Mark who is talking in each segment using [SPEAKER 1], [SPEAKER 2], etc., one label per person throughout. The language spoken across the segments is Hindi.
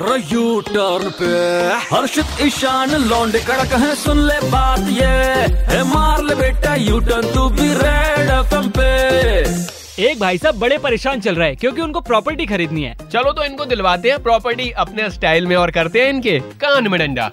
[SPEAKER 1] रयू टर्न पे हर्षित ईशान लौंडे कड़क है सुन ले बात ये है मार ले बेटा यू टर्न तू भी रेड एफएम पे
[SPEAKER 2] एक भाई साहब बड़े परेशान चल रहे हैं क्योंकि उनको प्रॉपर्टी खरीदनी है
[SPEAKER 3] चलो तो इनको दिलवाते हैं प्रॉपर्टी अपने स्टाइल में और करते हैं इनके कान में डंडा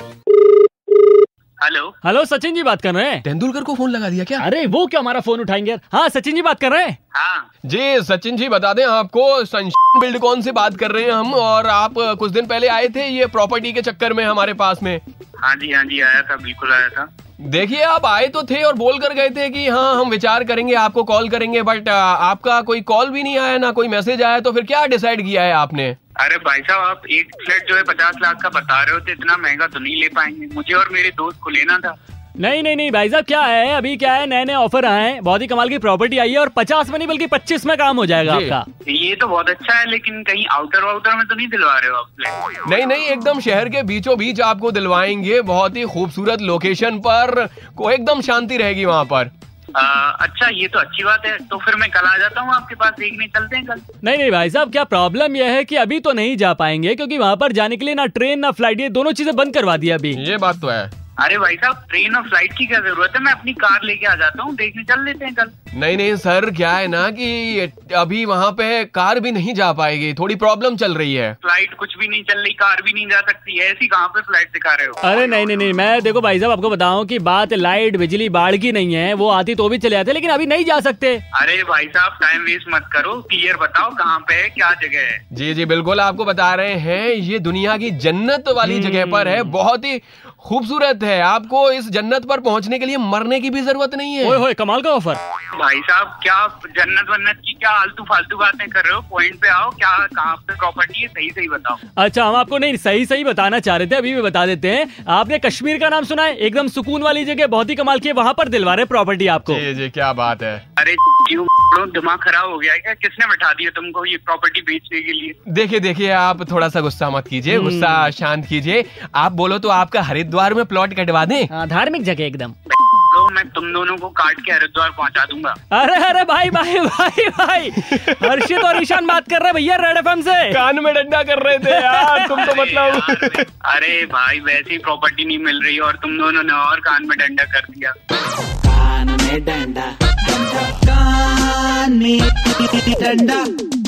[SPEAKER 4] हेलो
[SPEAKER 2] हेलो सचिन जी बात कर रहे हैं
[SPEAKER 3] तेंदुलकर को फोन लगा दिया क्या
[SPEAKER 2] अरे वो क्या हमारा फोन उठाएंगे यार? हाँ सचिन जी बात कर रहे हैं
[SPEAKER 4] हाँ
[SPEAKER 3] जी सचिन जी बता दें आपको सन बिल्डकॉन से बात कर रहे हैं हम और आप अ, कुछ दिन पहले आए थे ये प्रॉपर्टी के चक्कर में हमारे पास में
[SPEAKER 4] हाँ जी हाँ जी आया था बिल्कुल आया था
[SPEAKER 3] देखिए आप आए तो थे और बोल कर गए थे कि हाँ हम विचार करेंगे आपको कॉल करेंगे बट आपका कोई कॉल भी नहीं आया ना कोई मैसेज आया तो फिर क्या डिसाइड किया है आपने
[SPEAKER 4] अरे भाई साहब आप एक फ्लैट जो है पचास लाख का बता रहे हो तो इतना महंगा तो नहीं ले पाएंगे मुझे और मेरे दोस्त को लेना था
[SPEAKER 2] नहीं नहीं नहीं भाई साहब क्या है अभी क्या है नए नए ऑफर आए हैं बहुत ही कमाल की प्रॉपर्टी आई है और पचास में नहीं बल्कि पच्चीस में काम हो जाएगा
[SPEAKER 3] जी।
[SPEAKER 2] आपका
[SPEAKER 4] ये तो बहुत अच्छा है लेकिन कहीं आउटर वाउटर में तो नहीं दिलवा रहे हो आप फ्लैट
[SPEAKER 3] नहीं नहीं एकदम शहर के बीचों बीच आपको दिलवाएंगे बहुत ही खूबसूरत लोकेशन पर को एकदम शांति रहेगी वहाँ पर
[SPEAKER 4] आ, अच्छा ये तो अच्छी बात है तो फिर मैं कल आ जाता हूँ आपके पास देखने चलते हैं कल
[SPEAKER 2] नहीं नहीं भाई साहब क्या प्रॉब्लम यह है कि अभी तो नहीं जा पाएंगे क्योंकि वहाँ पर जाने के लिए ना ट्रेन ना फ्लाइट ये दोनों चीजें बंद करवा दी है अभी
[SPEAKER 3] ये बात तो है
[SPEAKER 4] अरे भाई साहब ट्रेन और फ्लाइट की क्या जरूरत है मैं अपनी कार लेके आ जाता हूँ देखने चल लेते हैं कल
[SPEAKER 3] नहीं नहीं सर क्या है ना कि अभी वहाँ पे कार भी नहीं जा पाएगी थोड़ी प्रॉब्लम चल रही है
[SPEAKER 4] फ्लाइट कुछ भी नहीं चल रही कार भी नहीं जा सकती है ऐसी कहाँ पे फ्लाइट दिखा रहे हो
[SPEAKER 2] अरे नहीं नहीं नहीं मैं देखो भाई साहब आपको बताऊं कि बात लाइट बिजली बाढ़ की नहीं है वो आती तो भी चले जाते लेकिन अभी नहीं जा सकते
[SPEAKER 4] अरे भाई साहब टाइम वेस्ट मत करो क्लियर बताओ कहाँ पे है क्या जगह है
[SPEAKER 3] जी जी बिल्कुल आपको बता रहे हैं ये दुनिया की जन्नत वाली जगह पर है बहुत ही खूबसूरत है आपको इस जन्नत पर पहुंचने के लिए मरने की भी जरूरत नहीं
[SPEAKER 2] ओए
[SPEAKER 3] है
[SPEAKER 2] होए कमाल का ऑफर
[SPEAKER 4] भाई साहब क्या आप जन्नत वन्नत की क्या आलतू फालतू बातें कर रहे हो पॉइंट पे आओ क्या कहाँ पे प्रॉपर्टी है सही सही बताओ
[SPEAKER 2] अच्छा हम आपको नहीं सही सही बताना चाह रहे थे अभी भी बता देते हैं आपने कश्मीर का नाम सुना है एकदम सुकून वाली जगह बहुत ही कमाल की है वहाँ पर दिलवा रहे प्रॉपर्टी आपको
[SPEAKER 3] जी जी क्या बात है
[SPEAKER 4] अरे क्यों दिमाग खराब हो गया है क्या किसने बैठा दिया तुमको ये प्रॉपर्टी बेचने के लिए
[SPEAKER 3] देखिए देखिए आप थोड़ा सा गुस्सा मत कीजिए गुस्सा शांत कीजिए आप बोलो तो आपका हरिद्वार में प्लॉट कटवा दें
[SPEAKER 2] हाँ, धार्मिक जगह एकदम
[SPEAKER 4] तो मैं तुम दोनों को काट के हरिद्वार पहुंचा दूंगा
[SPEAKER 2] अरे अरे भाई भाई भाई भाई हर्षित और ईशान बात कर रहे हैं भैया रेड एफएम से
[SPEAKER 3] कान में डंडा कर रहे थे यार तुम तो
[SPEAKER 4] अरे
[SPEAKER 3] मतलब
[SPEAKER 4] यार, अरे भाई वैसे ही प्रॉपर्टी नहीं मिल रही और तुम दोनों ने और कान में डंडा कर दिया
[SPEAKER 5] कान में डंडा डंडा कान में डंडा